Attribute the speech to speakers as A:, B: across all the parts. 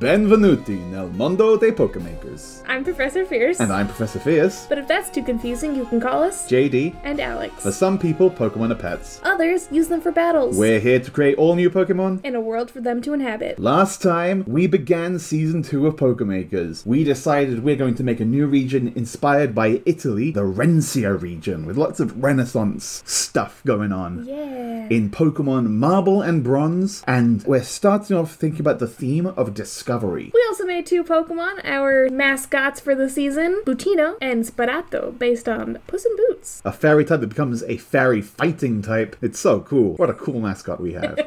A: Benvenuti nel mondo dei Pokemakers.
B: I'm Professor Fierce.
A: And I'm Professor Fierce,
B: But if that's too confusing, you can call us
A: JD.
B: and Alex.
A: For some people, Pokemon are pets.
B: Others use them for battles
A: We're here to create all new Pokemon.
B: in a world for them to inhabit.
A: Last time, we began season 2 of Pokemakers. We decided we're going to make a new region inspired by Italy, the Rencia region, with lots of Renaissance stuff going on.
B: Yeah.
A: in Pokemon Marble and Bronze, and we're starting off thinking about the theme of discovery.
B: We also made two Pokemon, our mascots for the season, Butino and Sparato, based on Puss in Boots.
A: A fairy type that becomes a fairy fighting type. It's so cool. What a cool mascot we have.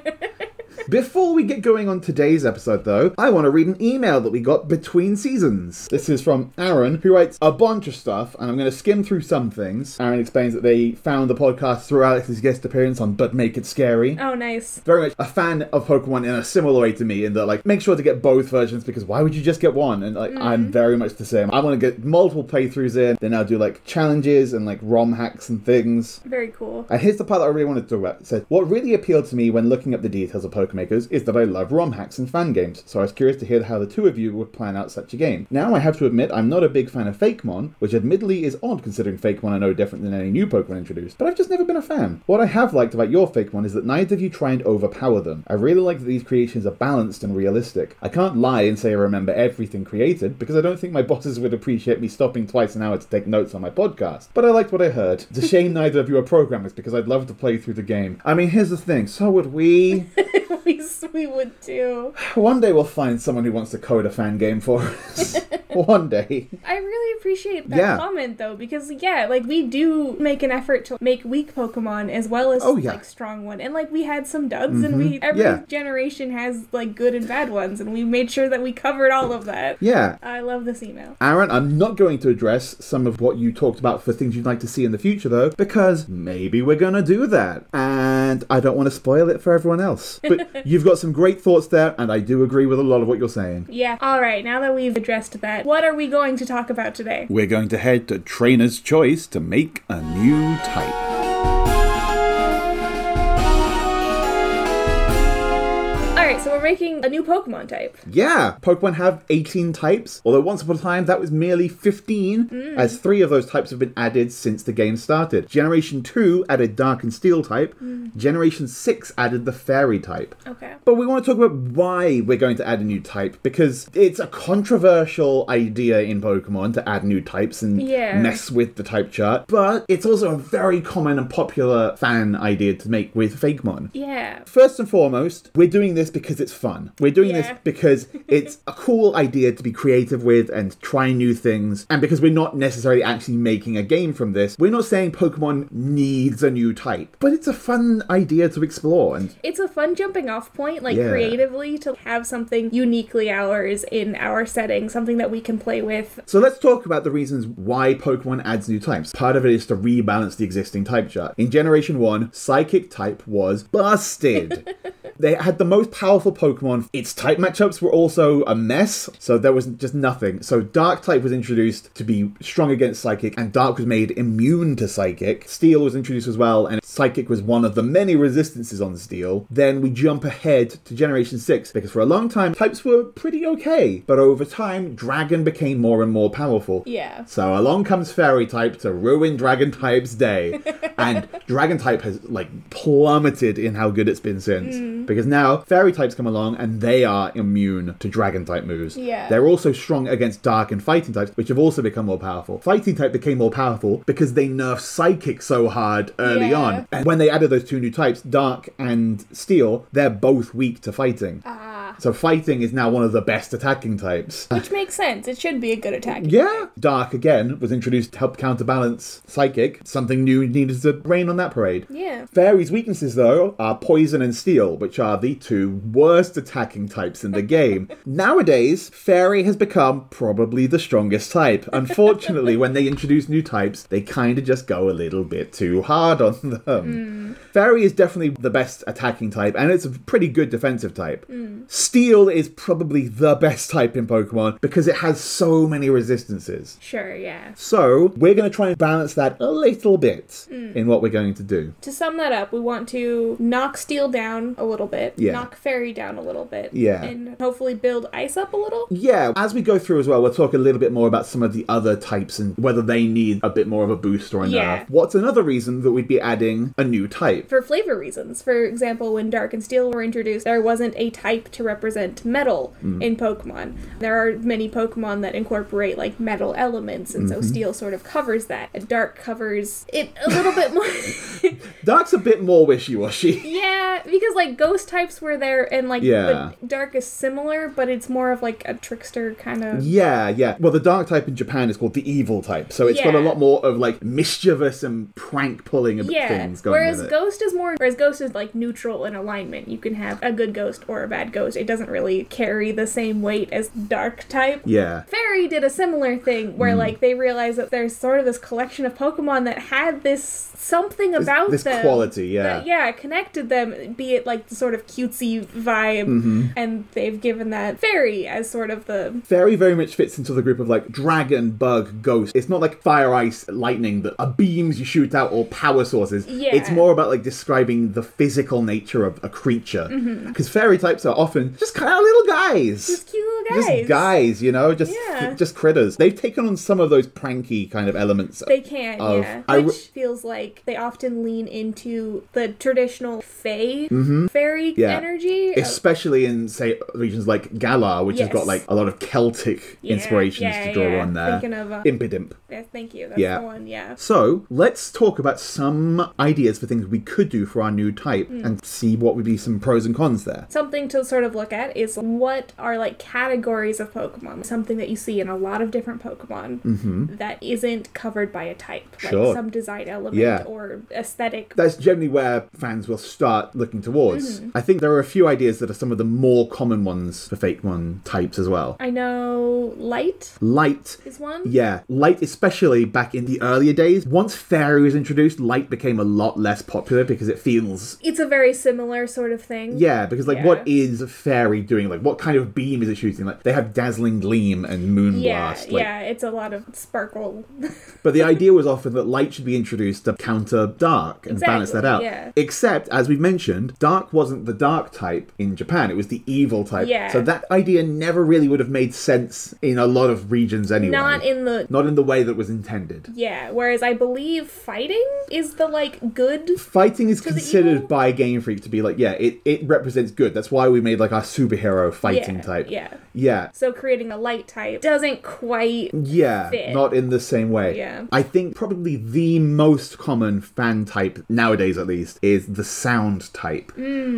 A: Before we get going on today's episode, though, I want to read an email that we got between seasons. This is from Aaron, who writes a bunch of stuff, and I'm going to skim through some things. Aaron explains that they found the podcast through Alex's guest appearance on But Make It Scary.
B: Oh, nice.
A: very much a fan of Pokemon in a similar way to me, in that like make sure to get both versions because why would you just get one? And like I'm very much the same. I want to get multiple playthroughs in. Then I'll do like challenges and like ROM hacks and things.
B: Very cool.
A: And here's the part that I really wanted to talk about. It says, What really appealed to me when looking up the details of Pokemakers is that I love ROM hacks and fan games, so I was curious to hear how the two of you would plan out such a game. Now I have to admit I'm not a big fan of Fakemon, which admittedly is odd considering Fakemon are no different than any new Pokemon introduced, but I've just never been a fan. What I have liked about your Fakemon is that neither of you try and overpower them. I really like that these creations are balanced and realistic. I can't lie and say I remember everything created, because I don't think my bosses would appreciate me stopping twice an hour to take notes on my podcast, but I liked what I heard. It's a shame neither of you are programmers, because I'd love to play through the game. I mean, here's the thing, so would we.
B: we, we would too.
A: One day we'll find someone who wants to code a fan game for us. One day.
B: I really appreciate that
A: Yeah.
B: comment though, because yeah, like we do make an effort to make weak Pokemon as well as
A: Oh, yeah. Mm-hmm.
B: like strong one, and like we had some duds, and we every
A: Yeah.
B: generation has like good and bad ones, and we made sure that we covered all of that.
A: Yeah.
B: I love this email.
A: Aaron, I'm not going to address some of what you talked about for things you'd like to see in the future, though, because maybe we're going to do that. And I don't want to spoil it for everyone else. But you've got some great thoughts there, and I do agree with a lot of what you're saying.
B: Yeah. All right. Now that we've addressed that, what are we going to talk about today?
A: We're going to head to Trainer's Choice to make a new type.
B: All right. So we're making a new Pokemon type.
A: Yeah, Pokemon have 18 types, although once upon a time that was merely 15, as three of those types have been added since the game started. Generation 2 added Dark and Steel type, Generation 6 added the Fairy type.
B: Okay.
A: But we want to talk about why we're going to add a new type because it's a controversial idea in Pokemon to add new types and
B: Yeah.
A: mess with the type chart. But it's also a very common and popular fan idea to make with Fakemon.
B: Yeah.
A: First and foremost, we're doing this because it's fun. We're doing this
B: Yeah.
A: because it's a cool idea to be creative with and try new things. And because we're not necessarily actually making a game from this, we're not saying Pokemon needs a new type. But it's a fun idea to explore and
B: It's a fun jumping off point, like
A: Yeah.
B: creatively, to have something uniquely ours in our setting, something that we can play with
A: So let's talk about the reasons why Pokemon adds new types. Part of it is to rebalance the existing type chart. In Generation 1, Psychic type was busted. they had the most powerful Pokemon. Its type matchups were also a mess, so there was just nothing. So Dark type was introduced to be strong against Psychic, and Dark was made immune to Psychic. Steel was introduced as well, and Psychic was one of the many resistances on Steel. Then we jump ahead to Generation 6, because for a long time, types were pretty okay, but over time, Dragon became more and more powerful.
B: Yeah.
A: So along comes Fairy type to ruin Dragon type's day, and Dragon type has like plummeted in how good it's been since.
B: Mm.
A: Because now Fairy types come along and they are immune to Dragon type moves.
B: Yeah.
A: they're also strong against Dark and Fighting types, which have also become more powerful. Fighting type became more powerful because they nerfed Psychic so hard early
B: Yeah.
A: on, and when they added those two new types, Dark and Steel, they're both weak to Fighting.
B: Ah,
A: So Fighting is now one of the best attacking types.
B: which makes sense. It should be a good attack.
A: Yeah. Dark again was introduced to help counterbalance Psychic. Something new needed to rain on that parade.
B: Yeah.
A: Fairy's weaknesses, though, are poison and steel, which are the two worst attacking types in the game. Nowadays, Fairy has become probably the strongest type. Unfortunately, when they introduce new types, they kind of just go a little bit too hard on them. Fairy is definitely the best attacking type, and it's a pretty good defensive type. Steel is probably the best type in Pokemon because it has so many resistances.
B: Sure, yeah.
A: So, we're going to try and balance that a little bit in what we're going to do.
B: To sum that up, we want to knock steel down a little bit,
A: Yeah.
B: knock fairy down a little bit,
A: Yeah.
B: and hopefully build ice up a little.
A: Yeah, as we go through as well, we'll talk a little bit more about some of the other types and whether they need a bit more of a boost or a nerf.
B: Yeah.
A: What's another reason that we'd be adding a new type?
B: For flavor reasons. For example, when Dark and Steel were introduced, there wasn't a type to represent metal
A: Mm-hmm.
B: in Pokemon. There are many Pokemon that incorporate like metal elements, and
A: Mm-hmm.
B: so Steel sort of covers that. And Dark covers it a little bit more.
A: Dark's a bit more wishy-washy.
B: Yeah, because like ghost types were there, and like
A: Yeah.
B: but dark is similar, but it's more of like a trickster kind of.
A: Yeah, yeah. Well, the dark type in Japan is called the evil type, so it's got a
B: Yeah.
A: lot more of like mischievous and prank pulling of
B: Yeah.
A: things going
B: Whereas
A: with it.
B: ghost is more, whereas ghost is like neutral in alignment. You can have a good ghost or a bad ghost. It doesn't really carry the same weight as dark type.
A: yeah.
B: Fairy did a similar thing
A: Mm.
B: where like they realized that there's sort of this collection of Pokemon that had this something about
A: this
B: them.
A: quality, yeah.
B: that, yeah, it connected them, be it like the sort of cutesy vibe,
A: Mm-hmm.
B: and they've given that fairy as sort of the
A: Fairy very much fits into the group of like dragon, bug, ghost. It's not like fire, ice, lightning that are beams you shoot out or power sources.
B: Yeah.
A: It's more about like describing the physical nature of a creature. Because fairy types are often just kind of little guys.
B: Mm-hmm. just cute little guys.
A: Just guys, you know, just
B: Yeah.
A: just critters. They've taken on some of those pranky kind of elements.
B: They can,
A: of-
B: yeah.
A: I
B: Which
A: w-
B: feels like they often lean into the traditional fae fairy
A: Mm-hmm. Yeah.
B: energy. Oh, of-
A: especially in say regions like Galar, which has
B: Yes.
A: got like a lot of Celtic
B: Yeah,
A: inspirations
B: yeah,
A: to draw
B: yeah.
A: on there.
B: Thinking of, uh,
A: Impidimp.
B: yeah, thank you. That's
A: Yeah.
B: the one. Yeah.
A: So let's talk about some ideas for things we could do for our new type
B: Hmm.
A: and see what would be some pros and cons there.
B: Something to sort of look at is what are like categories of Pokemon. Something that you see in a lot of different Pokemon that isn't covered by a type,
A: Mm-hmm.
B: like
A: Sure.
B: some design element
A: Yeah.
B: or aesthetic.
A: That's generally where fans will start looking towards.
B: Hmm.
A: I think there are a few ideas that are some of the more common ones for fake one types as well.
B: I know light
A: Light
B: is one.
A: Yeah, light, especially back in the earlier days. Once fairy was introduced, light became a lot less popular because it feels.
B: It's a very similar sort of thing.
A: Yeah, because like,
B: Yeah.
A: what is fairy doing? Like, what kind of beam is it shooting? Like, they have dazzling gleam and moonblast.
B: Yeah,
A: like,
B: yeah, it's a lot of sparkle.
A: But the idea was often that light should be introduced to counter dark and balance
B: Exactly,
A: that out.
B: yeah.
A: Except, as we've mentioned, dark wasn't the dark type in Japan; it was the evil type.
B: Yeah.
A: So that idea never really would have made sense in a lot of regions anyway.
B: Not in the
A: Not in the way that was intended.
B: yeah, whereas I believe fighting is the like good.
A: Fighting is
B: the
A: considered
B: evil?
A: by Game Freak to be like, yeah, it, it represents good. That's why we made like our superhero fighting
B: Yeah,
A: type.
B: yeah.
A: Yeah.
B: So creating a light type doesn't quite
A: Yeah,
B: Fit.
A: not in the same way.
B: Yeah.
A: I think probably the most common fan type nowadays, at least, is the sound type.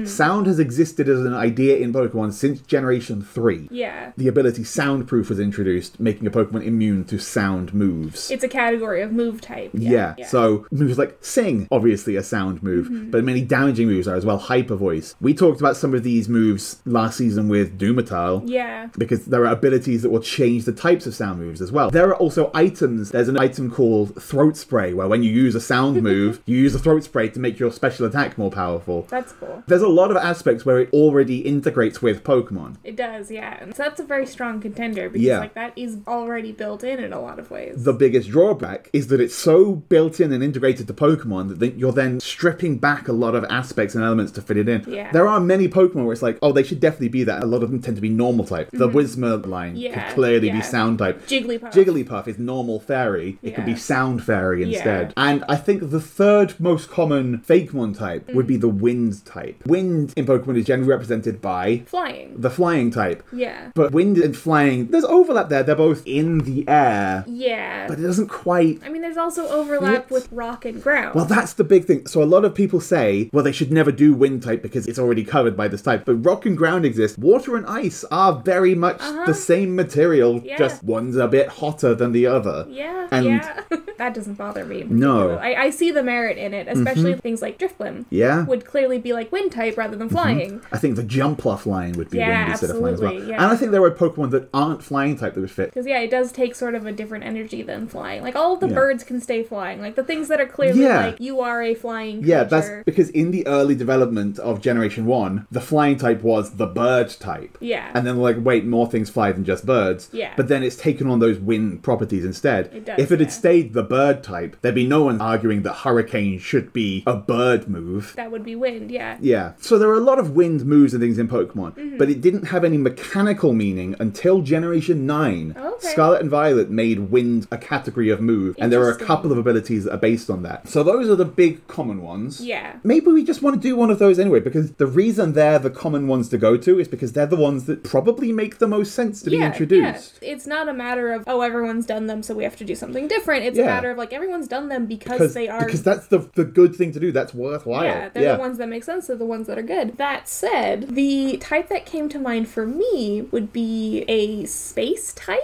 A: Sound has existed as an idea in Pokemon since Generation 3.
B: yeah.
A: The ability Soundproof was introduced, making a Pokemon immune to sound moves.
B: It's a category of move type.
A: Yeah. So moves like sing, obviously a sound move, but many damaging moves are as well. Hyper voice. We talked about some of these moves last season with Doomatile.
B: yeah.
A: Because there are abilities that will change the types of sound moves as well. There are also items. There's an item called Throat Spray, where when you use a sound move, you use the Throat Spray to make your special attack more powerful.
B: That's cool.
A: There's a lot of aspects where it already integrates with Pokemon.
B: It does, yeah. And So that's a very strong contender because
A: Yeah.
B: like that is already built in in a lot of ways.
A: the biggest drawback is that it's so built in and integrated to Pokemon that then- you're then stripping back a lot of aspects and elements to fit it in.
B: Yeah.
A: There are many Pokemon where it's like, oh, they should definitely be that. A lot of them tend to be normal type. The Whismur line
B: Mm-hmm. Yeah,
A: could clearly
B: yeah.
A: be sound type.
B: Jigglypuff.
A: Jigglypuff is normal fairy. It could
B: Yeah.
A: be sound fairy instead. And I think the third most common Fakemon type would
B: Mm.
A: be the wind type. Wind in Pokemon is generally represented by
B: Flying.
A: the flying type.
B: yeah.
A: But wind and flying, there's overlap there. They're both in the air.
B: yeah.
A: But it doesn't quite
B: I mean there's also overlap
A: Fit.
B: with rock and ground.
A: Well, that's the big thing. So a lot of people say, well, they should never do wind type because it's already covered by this type. But rock and ground exist. Water and ice are very much the same material,
B: Uh-huh. Yeah.
A: just one's a bit hotter than the other.
B: Yeah,
A: And-
B: yeah. that doesn't bother me. in
A: No. Mm-hmm.
B: particular. I, I see the merit in it, especially things like Driftblim.
A: Yeah. Mm-hmm.
B: Would clearly be like wind type rather than flying.
A: I think the jump off line would be
B: Yeah,
A: wind instead of flying as well.
B: absolutely, yeah.
A: And I think there are Pokemon that aren't flying type that would fit.
B: Because, yeah, it does take sort of a different energy than flying. Like, all of the
A: Yeah.
B: birds can stay flying. Like, the things that are clearly
A: Yeah.
B: like, you are a flying
A: Yeah, that's
B: creature.
A: because in the early development of Generation 1, the flying type was the bird type.
B: Yeah.
A: And then like, wait, more things fly than just birds.
B: Yeah.
A: But then it's taken on those wind properties instead.
B: It does,
A: if it
B: yeah.
A: had stayed the bird type, there'd be no one arguing that hurricane should be a bird move.
B: That would be wind, yeah. Mm-hmm.
A: Yeah. So there are a lot of wind moves and things in Pokemon, but it didn't have any mechanical meaning until Generation 9.
B: Oh, Okay.
A: Scarlet and Violet made wind a category of move, and there are a
B: Interesting.
A: couple of abilities that are based on that. So those are the big common ones.
B: Yeah.
A: Maybe we just want to do one of those anyway, because the reason they're the common ones to go to is because they're the ones that probably make the most sense to be
B: yeah,
A: introduced.
B: yeah. It's not a matter of oh everyone's done them so we have to do something different. It's a
A: Yeah.
B: matter of like everyone's done them because,
A: Because,
B: they are
A: because that's the, the good thing to do. That's worthwhile.
B: Yeah, they're the ones that make sense. They're the ones that are good. That said, the type that came to mind for me would be a space type,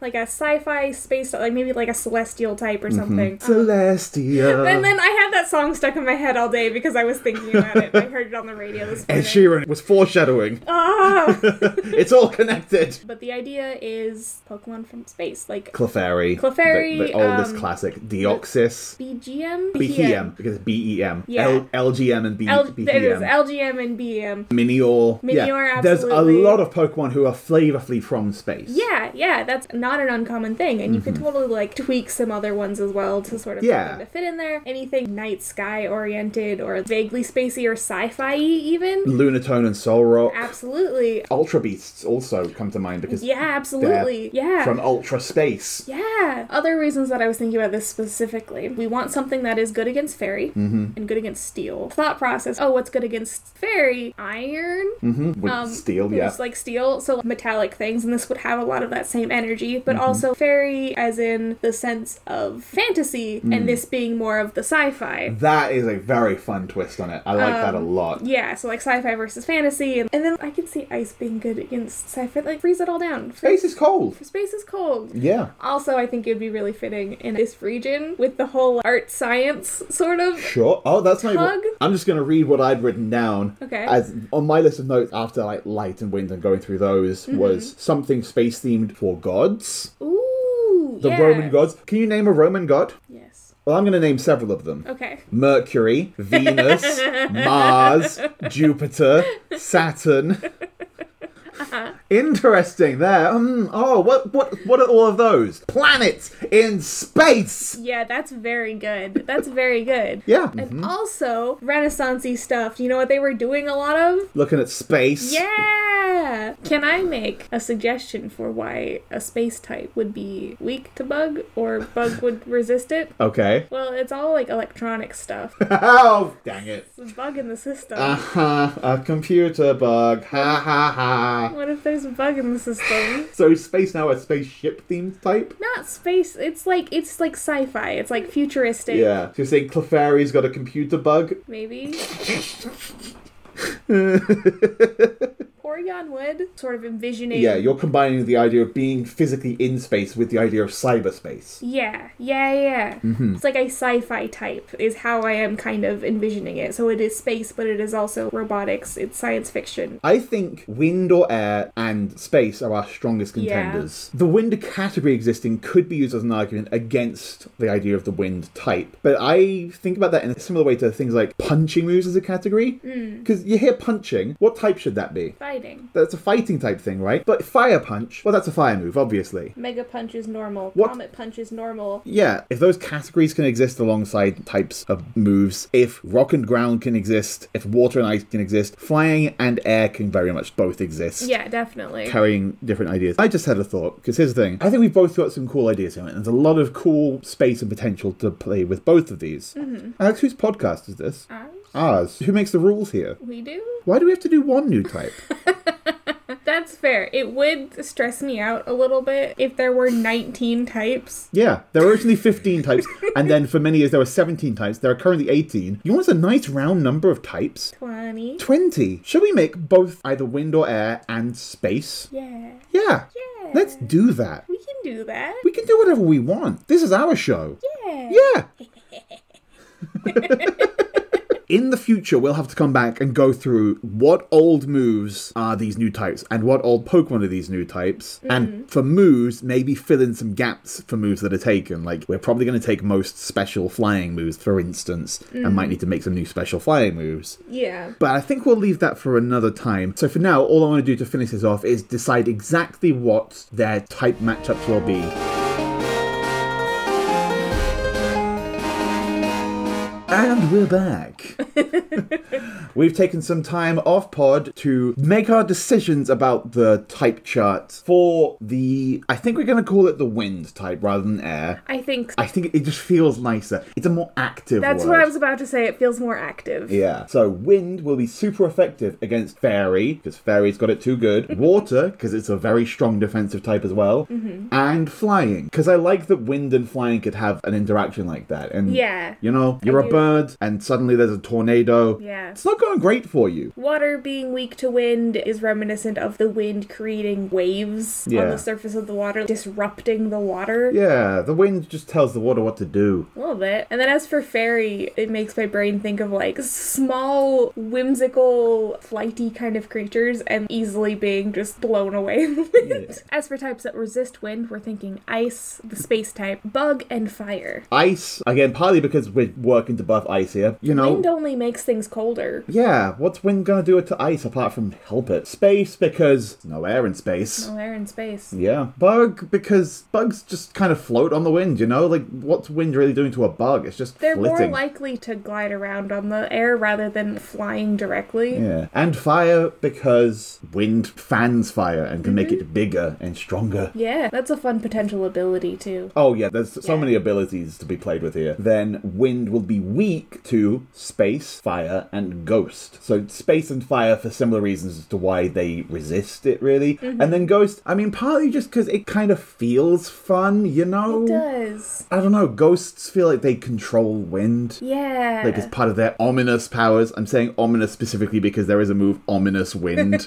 B: like a sci-fi space, like maybe like a celestial type or something. Um,
A: Celestia.
B: And then I had that song stuck in my head all day because I was thinking about it. I heard it on the radio this
A: Ed
B: morning.
A: Sheeran was foreshadowing.
B: Ah!
A: it's all connected.
B: but the idea is Pokemon from space, like
A: Clefairy.
B: Clefairy,
A: The, the oldest
B: um,
A: classic. Deoxys.
B: BGM,
A: BEM. Because it's BEM.
B: Yeah.
A: L- LGM and B-
B: L- it is
A: BEM.
B: LGM and E BM.
A: Minior.
B: Minior,
A: yeah. There's a
B: absolutely.
A: lot of Pokemon who are flavorfully from space.
B: Yeah, yeah, that's not an uncommon thing, and you could totally like tweak some other ones as well to sort of
A: Mm-hmm.
B: get
A: Yeah.
B: them to fit in there. Anything night sky oriented or vaguely spacey or sci-fi even.
A: Lunatone and Solrock.
B: Absolutely.
A: Ultra Beasts also come to mind because
B: Yeah, absolutely. Yeah.
A: from Ultra Space.
B: Yeah. Other reasons that I was thinking about this specifically. We want something that is good against fairy
A: Mm-hmm.
B: and good against steel. Thought process. Oh, what's good against fairy? Iron.
A: Mhm, With steel, yeah.
B: It's Um, like steel, so metallic things, and this would have a lot of that same energy,
A: Mm-hmm.
B: but also fairy, as in the sense of fantasy,
A: Mm.
B: and this being more of the sci fi.
A: That is a very fun twist on it. I like that a lot.
B: Um, Yeah, so like sci fi versus fantasy, and, and then I can see ice being good against sci fi. Like, freeze it all down.
A: Space is cold.
B: Space is cold.
A: Yeah.
B: Also, I think it would be really fitting in this region with the whole art science sort of.
A: Sure. Oh, that's not. Even,
B: Tug?
A: I'm just gonna read what I'd written down.
B: Okay.
A: As on my list of notes after like light and wind and going through those
B: Mm-hmm.
A: was something space themed for gods,
B: Ooh,
A: the
B: yeah.
A: Roman gods. Can you name a Roman god?
B: Yes.
A: Well, I'm gonna name several of them.
B: Okay.
A: Mercury, Venus, Mars, Jupiter, Saturn.
B: Uh-huh.
A: Interesting there. Hmm, oh, what what what are all of those? Planets in space.
B: Yeah, that's very good. That's very good.
A: Yeah.
B: And also Renaissancey stuff. You know what they were doing a lot of?
A: Looking at space.
B: Yeah. Can I make a suggestion for why a space type would be weak to bug or bug would resist it?
A: Okay.
B: Well, it's all like electronic stuff.
A: Oh, dang it.
B: It's a bug in the system.
A: Uh. Aha, Uh-huh, a computer bug. Ha ha ha.
B: what if there's a bug in the system?
A: So is space now a spaceship themed type?
B: Not space. It's like it's like sci-fi. It's like futuristic.
A: Yeah. So you're saying Clefairy's got a computer bug?
B: Maybe. Porygon would sort of envisioning.
A: Yeah, you're combining the idea of being physically in space with the idea of cyberspace.
B: Yeah, yeah, yeah.
A: Mm-hmm.
B: It's like a sci fi type, is how I am kind of envisioning it. So it is space, but it is also robotics, it's science fiction.
A: I think wind or air and space are our strongest
B: Yeah.
A: contenders. The wind category existing could be used as an argument against the idea of the wind type. But I think about that in a similar way to things like punching moves as a category. Because you hear punching, what type should that be?
B: Fighting.
A: That's a fighting type thing, right? But fire punch, well, that's a fire move, obviously.
B: Mega Punch is normal.
A: What?
B: Comet Punch is normal.
A: Yeah, if those categories can exist alongside types of moves, if rock and ground can exist, if water and ice can exist, flying and air can very much both exist.
B: Yeah, definitely.
A: Carrying different ideas. I just had a thought, because here's the thing. I think we've both got some cool ideas here, and there's a lot of cool space and potential to play with both of these. Alex, whose podcast is this?
B: Ours?
A: Ours. Who makes the rules here?
B: Uh, We do?
A: Why do we have to do one new type?
B: That's fair. It would stress me out a little bit if there were 19 types.
A: Yeah, there were originally 15 types, and then for many years there were 17 types. There are currently 18. You want a nice round number of types?
B: 20.
A: 20. Should we make both either wind or air and space?
B: Yeah.
A: Yeah.
B: Yeah.
A: Let's do that.
B: We can do that.
A: We can do whatever we want. This is our show.
B: Yeah.
A: Yeah. in the future, we'll have to come back and go through what old moves are these new types and what old Pokemon are these new types. And for moves, maybe fill in some gaps for moves that are taken. Like, we're probably going to take most special flying moves, for instance, and might need to make some new special flying moves.
B: Yeah.
A: But I think we'll leave that for another time. So for now, all I want to do to finish this off is decide exactly what their type matchups will be. And we're back. We've taken some time off pod to make our decisions about the type chart for the. I think we're going to call it the wind type rather than air.
B: I think
A: I think it just feels nicer. It's a more active.
B: that's
A: word.
B: what I was about to say. It feels more active.
A: Yeah. So wind will be super effective against fairy because fairy's got it too good. Water because it's a very strong defensive type as well,
B: Mm-hmm.
A: and flying because I like that wind and flying could have an interaction like that. And
B: Yeah.
A: you know, you're a
B: do.
A: bird and suddenly there's a tornado.
B: Yeah.
A: It's not going great for you.
B: Water being weak to wind is reminiscent of the wind creating waves on
A: Yeah.
B: the surface of the water, disrupting the water.
A: Yeah, the wind just tells the water what to do.
B: A little bit. And then as for fairy, it makes my brain think of like small, whimsical, flighty kind of creatures and easily being just blown away in the wind. As for types that resist wind, we're thinking ice, the space type, bug, and fire.
A: Ice, again, partly because we're working to buff ice here. You know,
B: Wind only makes things colder.
A: Yeah, what's wind gonna do it to ice apart from help it? Space because no air in space.
B: Oh, air and space.
A: Yeah, bug because bugs just kind of float on the wind. You know, like what's wind really doing to a bug? It's just
B: They're more
A: flitting.
B: likely to glide around on the air rather than flying directly.
A: yeah, and fire because wind fans fire and can make
B: Mm-hmm.
A: it bigger and stronger.
B: Yeah, that's a fun potential ability too.
A: Oh yeah, there's so
B: Yeah.
A: many abilities to be played with here. Then wind will be weak to space, fire, and ghost. So space and fire for similar reasons as to why they resist it really.
B: Mm-hmm.
A: And then ghost, I mean partly just because it kind of feels fun, you know.
B: It does.
A: I don't know. Ghosts feel like they control wind.
B: Yeah.
A: Like it's part of their ominous powers. I'm saying ominous specifically because there is a move, ominous wind.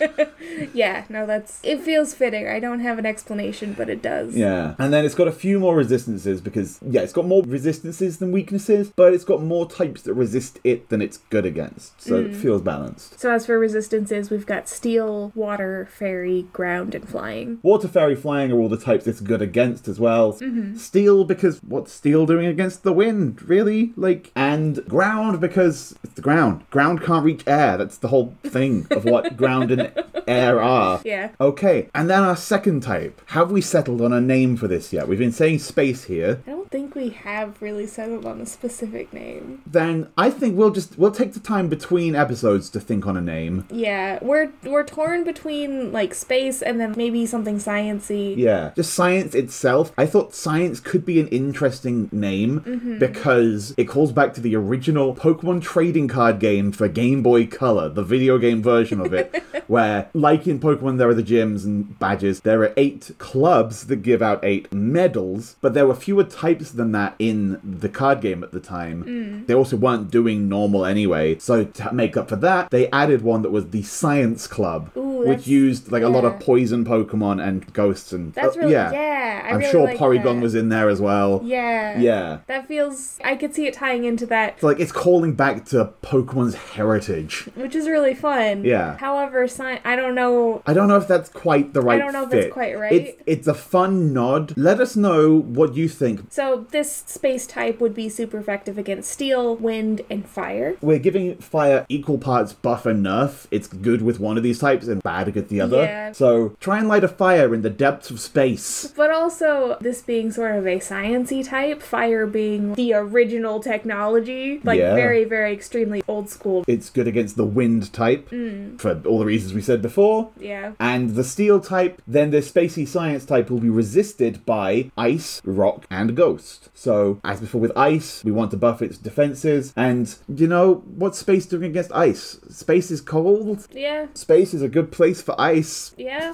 B: Yeah, no, that's it feels fitting. I don't have an explanation, but it does.
A: Yeah. And then it's got a few more resistances because, yeah, it's got more resistances than weaknesses, but it's got more types that resist it than it's good against. So it feels balanced.
B: So as for resistances, we've got steel, water, fairy, ground, and flying.
A: Water Fairy Flying are all the types it's good against as well. Steel, because what's steel doing against the wind, really? Like, and ground, because it's the ground. Ground can't reach air. That's the whole thing of what ground and air are.
B: Yeah.
A: Okay, and then our second type. Have we settled on a name for this yet? We've been saying space here.
B: I don't think we have really settled on a specific name.
A: then I think we'll just we'll take the time between episodes to think on a name.
B: Yeah, we're we're torn between like space and then maybe something sciency.
A: Yeah, just science itself. I thought science could be an interesting name
B: Mm-hmm.
A: because it calls back to the original Pokemon trading card game for Game Boy Color, the video game version of it, where, like in Pokemon, there are the gyms and badges. There are eight clubs that give out eight medals, but there were fewer types than that in the card game at the time.
B: Mm.
A: They also weren't doing normal anyway. So, to make up for that, they added one that was the Science Club,
B: Ooh,
A: which
B: that's-
A: used like a lot of
B: yeah.
A: poison Pokemon and ghosts and
B: That's
A: uh,
B: really yeah. I
A: I'm
B: really
A: sure
B: like
A: Porygon
B: that.
A: was in there as well.
B: Yeah.
A: Yeah.
B: That feels I could see it tying into that,
A: So like it's calling back to Pokemon's heritage.
B: which is really fun.
A: Yeah.
B: However, sci- I don't know
A: I don't know if that's quite the right.
B: don't know if
A: fit.
B: that's quite right.
A: It's, it's a fun nod. Let us know what you think.
B: So this space type would be super effective against steel, wind, and fire.
A: We're giving fire equal parts buff and nerf. It's good with one of these types and bad against the other.
B: Yeah.
A: So try and light a fire in the depths of space.
B: But also this being sort of a sciency type, fire being the original technology, like
A: Yeah.
B: very, very extremely old school.
A: It's good against the wind type
B: Mm.
A: for all the reasons we said before.
B: Yeah.
A: And the steel type, then the spacey science type will be resisted by ice, rock, and ghost. So, as before with ice, we want to buff its defenses. And, you know, what's space doing against ice? Space is cold.
B: Yeah.
A: Space is a good place for ice.
B: Yeah.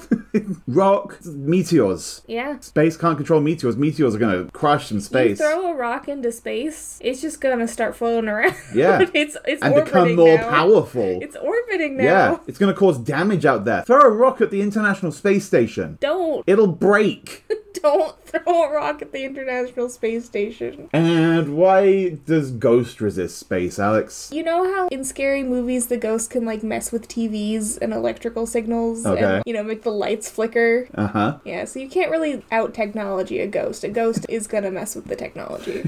A: Rock, meteors.
B: Yeah.
A: Space can't control meteors. Meteors are going to crush some
B: You
A: space.
B: throw a rock into space, it's just gonna start floating around.
A: Yeah.
B: it's it's
A: and
B: orbiting
A: become more
B: now.
A: powerful.
B: It's orbiting now.
A: yeah, it's going to cause damage out there. Throw a rock at the International Space Station.
B: Don't
A: It'll break.
B: Don't throw a rock at the International Space Station.
A: And why does Ghost resist space, Alex?
B: You know how in scary movies the ghost can like mess with TVs and electrical signals
A: Okay.
B: and you know make the lights flicker?
A: Uh huh.
B: Yeah, so you can't really out technology a ghost. A ghost is gonna mess with the technology.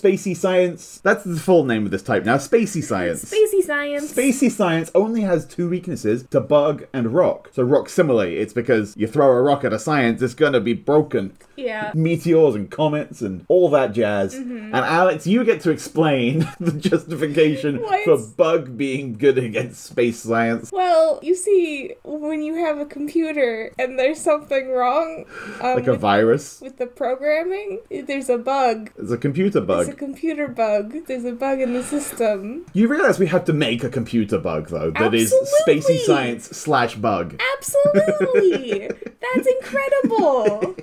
A: Spacey science. That's the full name of this type now. Spacey science.
B: Spacey science.
A: Spacey science only has two weaknesses to bug and rock. So, rock simile, it's because you throw a rock at a science, it's gonna be broken.
B: yeah.
A: Meteors and comets and all that jazz. And
B: Mm-hmm.
A: Alex, you get to explain the justification
B: Why
A: for
B: it's-
A: bug being good against space science.
B: Well, you see, when you have a computer and there's something wrong um,
A: Like a
B: with,
A: virus.
B: with the programming, there's a bug.
A: It's a computer
B: It's a
A: bug.
B: computer bug. There's a bug in the system.
A: You realize we have to make a computer bug, though, that is
B: Absolutely.
A: spacey science slash bug.
B: Absolutely! That's incredible!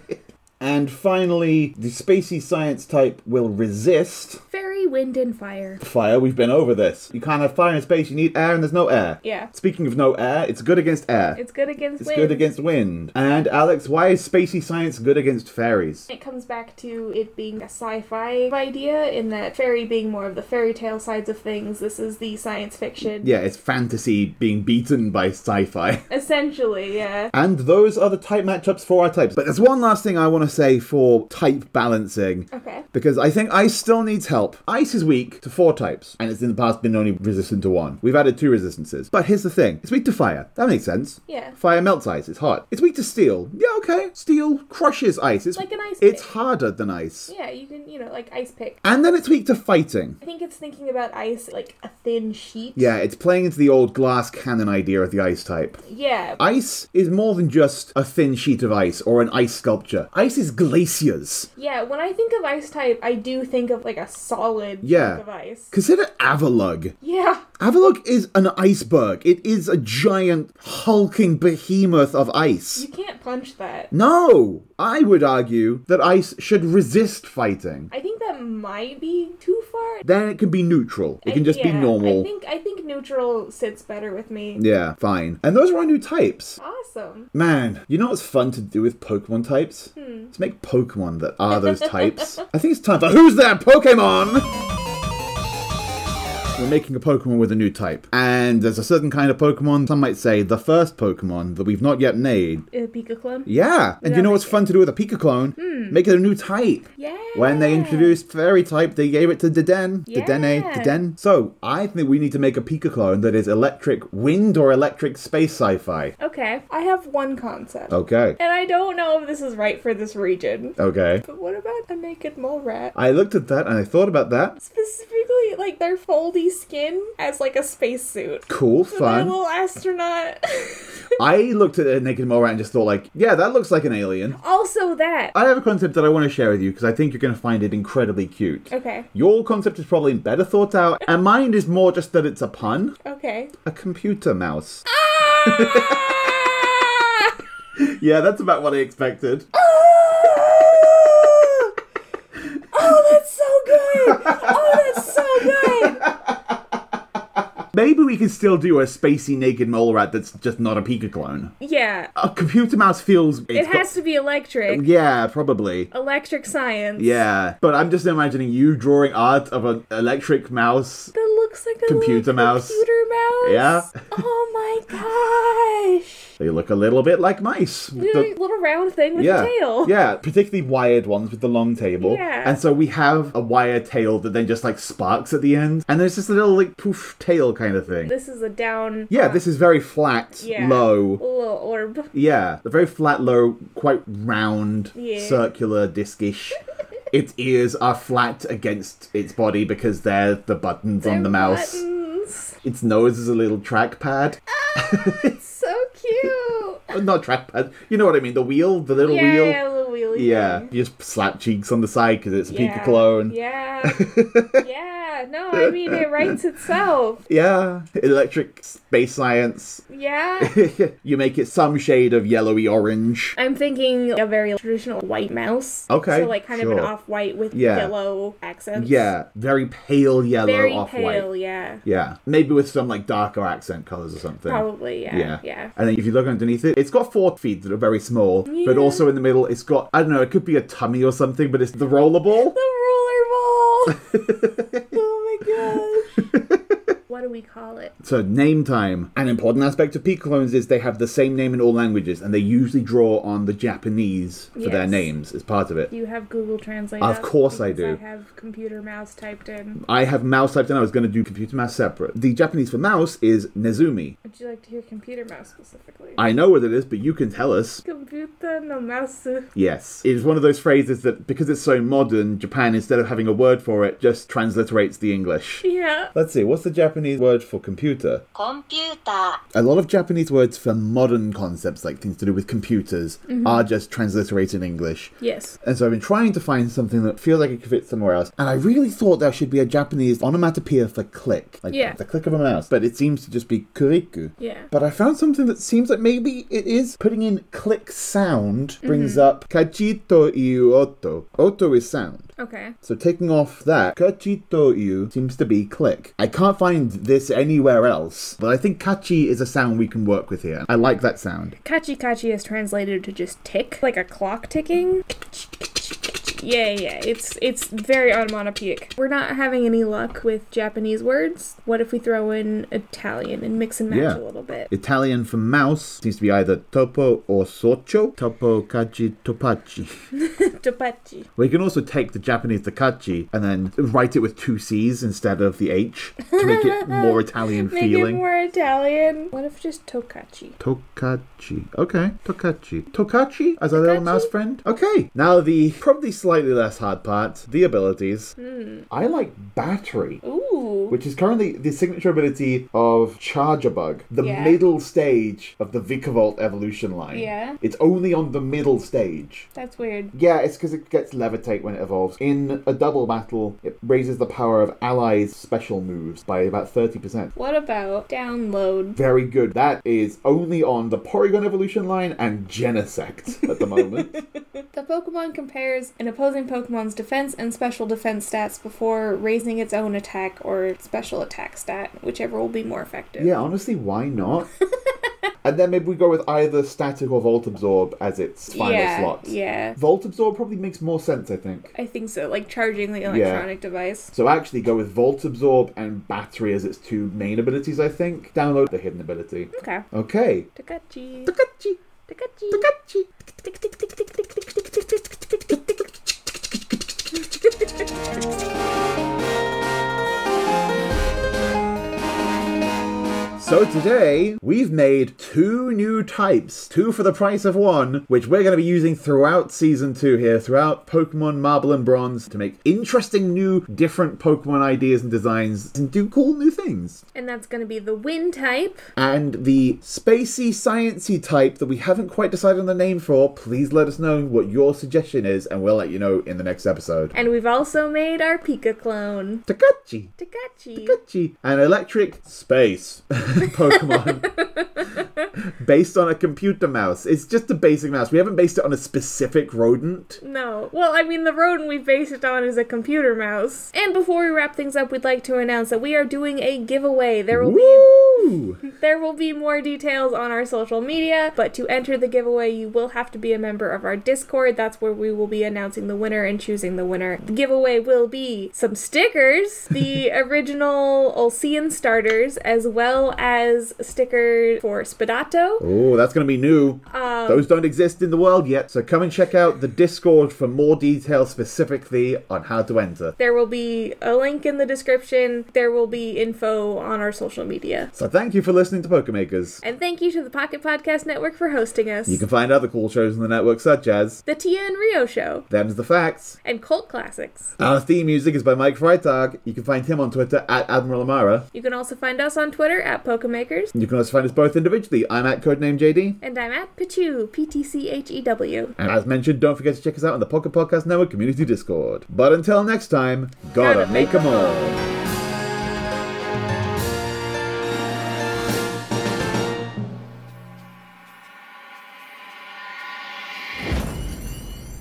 A: And finally, the spacey science type will resist
B: Fairy, wind, and fire.
A: fire. We've been over this. You can't have fire in space. You need air, and there's no air.
B: Yeah.
A: Speaking of no air, it's good against air.
B: It's good against
A: It's
B: wind.
A: good against wind. And Alex, why is spacey science good against fairies?
B: It comes back to it being a sci-fi idea in that fairy being more of the fairy tale sides of things. This is the science fiction.
A: Yeah, it's fantasy being beaten by sci-fi.
B: Essentially, yeah.
A: And those are the type matchups for our types. But there's one last thing I want to say for type balancing.
B: Okay.
A: Because I think ice still needs help. Ice is weak to four types, and it's in the past been only resistant to one. We've added two resistances. But here's the thing it's weak to fire. That makes sense.
B: Yeah.
A: Fire melts ice, it's hot. It's weak to steel. Yeah, okay. Steel crushes ice. It's
B: Like an ice
A: It's
B: pick.
A: harder than ice.
B: Yeah, you can, you know, like ice pick.
A: And then it's weak to fighting.
B: I think it's thinking about ice like a thin sheet.
A: Yeah, it's playing into the old glass cannon idea of the ice type.
B: Yeah.
A: Ice is more than just a thin sheet of ice or an ice sculpture. Ice is glaciers.
B: Yeah, when I think of ice type, I do think of like a solid
A: Yeah.
B: chunk of ice.
A: Consider Avalug.
B: Yeah.
A: Avalug is an iceberg. It is a giant, hulking behemoth of ice.
B: You can't punch that.
A: No! I would argue that ice should resist fighting.
B: I think that might be too far.
A: Then it can be neutral. It can just be
B: Yeah,
A: normal.
B: I think I think neutral sits better with me.
A: Yeah, fine. And those are our new types.
B: Awesome.
A: Man, you know what's fun to do with Pokemon types?
B: Hmm.
A: Let's make Pokemon that are those types. I think it's time for Who's That Pokemon? We're making a Pokemon with a new type. And there's a certain kind of Pokemon, some might say the first Pokemon that we've not yet made.
B: Uh, Pika clone.
A: Yeah, and you know what's fun to do with a Pika clone? Make it a new type.
B: Hmm. Yeah.
A: When they introduced fairy type, they gave it to Deden. Dedenne,
B: Yeah.
A: Deden. So I think we need to make a Pika clone that is electric wind or electric space sci fi.
B: Okay. I have one concept.
A: Okay.
B: And I don't know if this is right for this region.
A: Okay.
B: But what about a naked mole rat?
A: I looked at that and I thought about that.
B: Specifically, like their foldy skin as like a spacesuit.
A: Cool,
B: So they're a
A: fun.
B: little astronaut.
A: I looked at a naked mole rat and just thought, like, yeah, that looks like an alien.
B: also that.
A: I have a concept that I want to share with you because I think you're going to find it incredibly cute.
B: Okay.
A: Your concept is probably better thought out, and mine is more just that it's a pun.
B: Okay.
A: A computer mouse.
B: Ah!
A: Yeah, that's about what I expected.
B: oh, that's so good. Oh, that's so good.
A: Maybe we can still do a spacey naked mole rat that's just not a Pika clone.
B: Yeah.
A: A computer mouse feels.
B: It
A: it's got-
B: has to be electric.
A: yeah, probably.
B: Electric science.
A: Yeah, but I'm just imagining you drawing art of an electric mouse
B: That looks like a
A: Computer
B: little
A: mouse.
B: Computer mouse.
A: Yeah.
B: Oh my gosh.
A: They look a little bit like mice. with
B: You
A: the-
B: know, like little round thing with
A: yeah,
B: a tail.
A: yeah, particularly wired ones with the long table.
B: Yeah.
A: And so we have a wire tail that then just like sparks at the end, and there's just a little like poof tail kind of thing.
B: This is a down.
A: Yeah, this is very flat,
B: Yeah.
A: low.
B: Little orb.
A: Yeah, a very flat, low, quite round,
B: Yeah.
A: circular, discish. its ears are flat against its body because they're the buttons on the mouse.
B: Buttons.
A: Its nose is a little trackpad.
B: So cute.
A: Uh, Not trackpad. You know what I mean? The wheel, the little
B: yeah,
A: wheel.
B: yeah, little wheelie.
A: Yeah,
B: thing.
A: you just slap cheeks on the side because it's a
B: yeah.
A: Pika clone.
B: Yeah. yeah. Yeah, no, I mean it writes itself.
A: Yeah, electric space science.
B: Yeah.
A: you make it some shade of yellowy orange.
B: I'm thinking a very traditional white mouse.
A: Okay,
B: So like kind of
A: sure.
B: an off white with
A: Yeah.
B: yellow accents.
A: Yeah, very pale yellow
B: Very
A: off
B: pale,
A: white.
B: yeah.
A: Yeah, maybe with some like darker accent colors or something.
B: Probably, yeah. Yeah.
A: And then if you look underneath it, it's got four feet that are very small, but
B: Yeah.
A: also in the middle, it's got, I don't know, it could be a tummy or something, but it's the rollerball.
B: The roller ball. oh my gosh. what do we call it?
A: So, name time. An important aspect of peak clones is they have the same name in all languages, and they usually draw on the Japanese for their
B: Yes.
A: names as part of it.
B: Do you have Google Translate?
A: Of
B: up?
A: course I
B: Because
A: do.
B: I have computer mouse typed in.
A: I have mouse typed in, I was going to do computer mouse separate. The Japanese for mouse is Nezumi.
B: Would you like to hear computer mouse specifically?
A: I know what it is, but you can tell us.
B: Computer no mouse.
A: Yes. It is one of those phrases that, because it's so modern, Japan, instead of having a word for it, just transliterates the English.
B: Yeah.
A: Let's see, what's the Japanese word for computer?
C: コンピュータ
A: A lot of Japanese words for modern concepts, like things to do with computers, are just transliterated in English.
B: Yes.
A: And so I've been trying to find something that feels like it could fit somewhere else. And I really thought there should be a Japanese onomatopoeia for click, like
B: Yeah.
A: the click of a mouse. But it seems to just be kuriku.
B: Yeah.
A: But I found something that seems like maybe it is putting in click sound brings up kachito iu oto. Oto is sound.
B: Okay.
A: So taking off that, kachito iu seems to be click. I can't find this anywhere else, but I think kachi is a sound we can work with here. I like that sound.
B: Kachi kachi is translated to just tick, like a clock ticking. Yeah, yeah, it's it's very onomatopoeic. We're not having any luck with Japanese words. What if we throw in Italian and mix and match
A: Yeah.
B: a little bit?
A: Italian for mouse seems to be either topo or socho. Topo, kachi, topachi.
B: Topachi.
A: We can also take the Japanese takachi and then write it with two C's instead of the H to make it more Italian
B: Make
A: feeling.
B: it more Italian. What if just Tokachi?
A: Tokachi. Okay, Tokachi. Tokachi as our little
B: Tokachi?
A: mouse friend. Okay, now the probably slightly less hard part, the abilities.
B: Hmm.
A: I like battery.
B: Ooh.
A: Which is currently the signature ability of Charger Bug, the
B: Yeah.
A: middle stage of the Vicavolt evolution line.
B: Yeah.
A: It's only on the middle stage.
B: That's weird.
A: Yeah, it's because it gets levitate when it evolves. In a double battle, it raises the power of allies' special moves by about 30%.
B: What about download?
A: Very good. That is only on the Porygon evolution line and Genesect at the moment.
B: The Pokemon compares an opposing Pokemon's defense and special defense stats before raising its own attack or special attack stat, whichever will be more effective.
A: yeah, honestly, why not? and then maybe we go with either Static or Volt Absorb as its final
B: yeah,
A: slot.
B: Yeah.
A: Volt Absorb probably makes more sense, I think.
B: I think so, like charging the electronic device.
A: So actually go with Volt Absorb and Battery as its two main abilities, I think. Download the hidden ability.
B: Okay.
A: Okay.
B: Takachi.
A: Pikachu,
B: Takachi.
A: Pikachu.
B: Tick, tick, tick, tick, tick, tick, tick, tick, tick, tick, tick, tick, tick.
A: So today we've made two new types, two for the price of one, which we're going to be using throughout season two here, throughout Pokemon Marble and Bronze, to make interesting new, different Pokemon ideas and designs and do cool new things.
B: And that's going to be the wind type.
A: And the spacey, sciency type that we haven't quite decided on the name for, please let us know what your suggestion is, and we'll let you know in the next episode.
B: And we've also made our Pika clone.
A: Takachi.
B: Takachi.
A: Pikachu, an electric space Pokemon based on a computer mouse. It's just a basic mouse. We haven't based it on a specific rodent.
B: No. Well, I mean, the rodent we've based it on is a computer mouse. And before we wrap things up, we'd like to announce that we are doing a giveaway. There will be
A: Woo!
B: there will be more details on our social media, but to enter the giveaway, you will have to be a member of our Discord. That's where we will be announcing the winner and choosing the winner. The giveaway will be some stickers, the original Olsean starters, as well as stickers for Spadato.
A: Oh, that's going to be new. Those don't exist in the world yet, so come and check out the Discord for more details specifically on how to enter.
B: There will be a link in the description. There will be info on our social media.
A: So thank you for listening to Pokemakers.
B: And thank you to the Pocket Podcast Network for hosting us.
A: You can find other cool shows on the network such as
B: the Tia and Rio Show
A: Them's the Facts.
B: and Cult Classics.
A: Our theme music is by Mike Freitag. You can find him on Twitter at Admiral Amara.
B: You can also find us on Twitter at Pokemakers.
A: You can also find us both individually. I'm at Codename JD.
B: And I'm at Pichu, P T C H E W.
A: And as mentioned, don't forget to check us out on the Pocket Podcast Network Community Discord. But until next time, gotta, 'em make 'em all.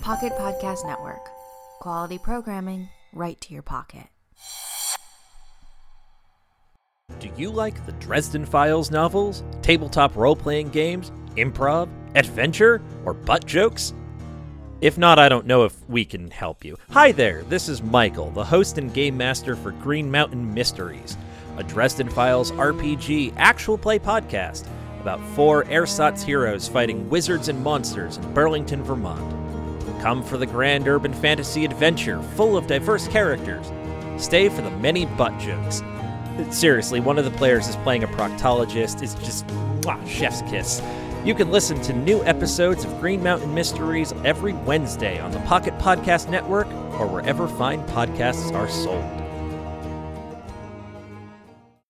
C: Pocket Podcast Network. Quality programming right to your pocket.
D: Do you like the Dresden Files novels, tabletop role playing games, improv, adventure, or butt jokes? If not, I don't know if we can help you. Hi there, this is Michael, the host and game master for Green Mountain Mysteries, a Dresden Files RPG actual play podcast about four ersatz heroes fighting wizards and monsters in Burlington, Vermont. Come for the grand urban fantasy adventure full of diverse characters. Stay for the many butt jokes. Seriously, one of the players is playing a proctologist. It's just mwah, chef's kiss. You can listen to new episodes of Green Mountain Mysteries every Wednesday on the Pocket Podcast Network or wherever fine podcasts are sold.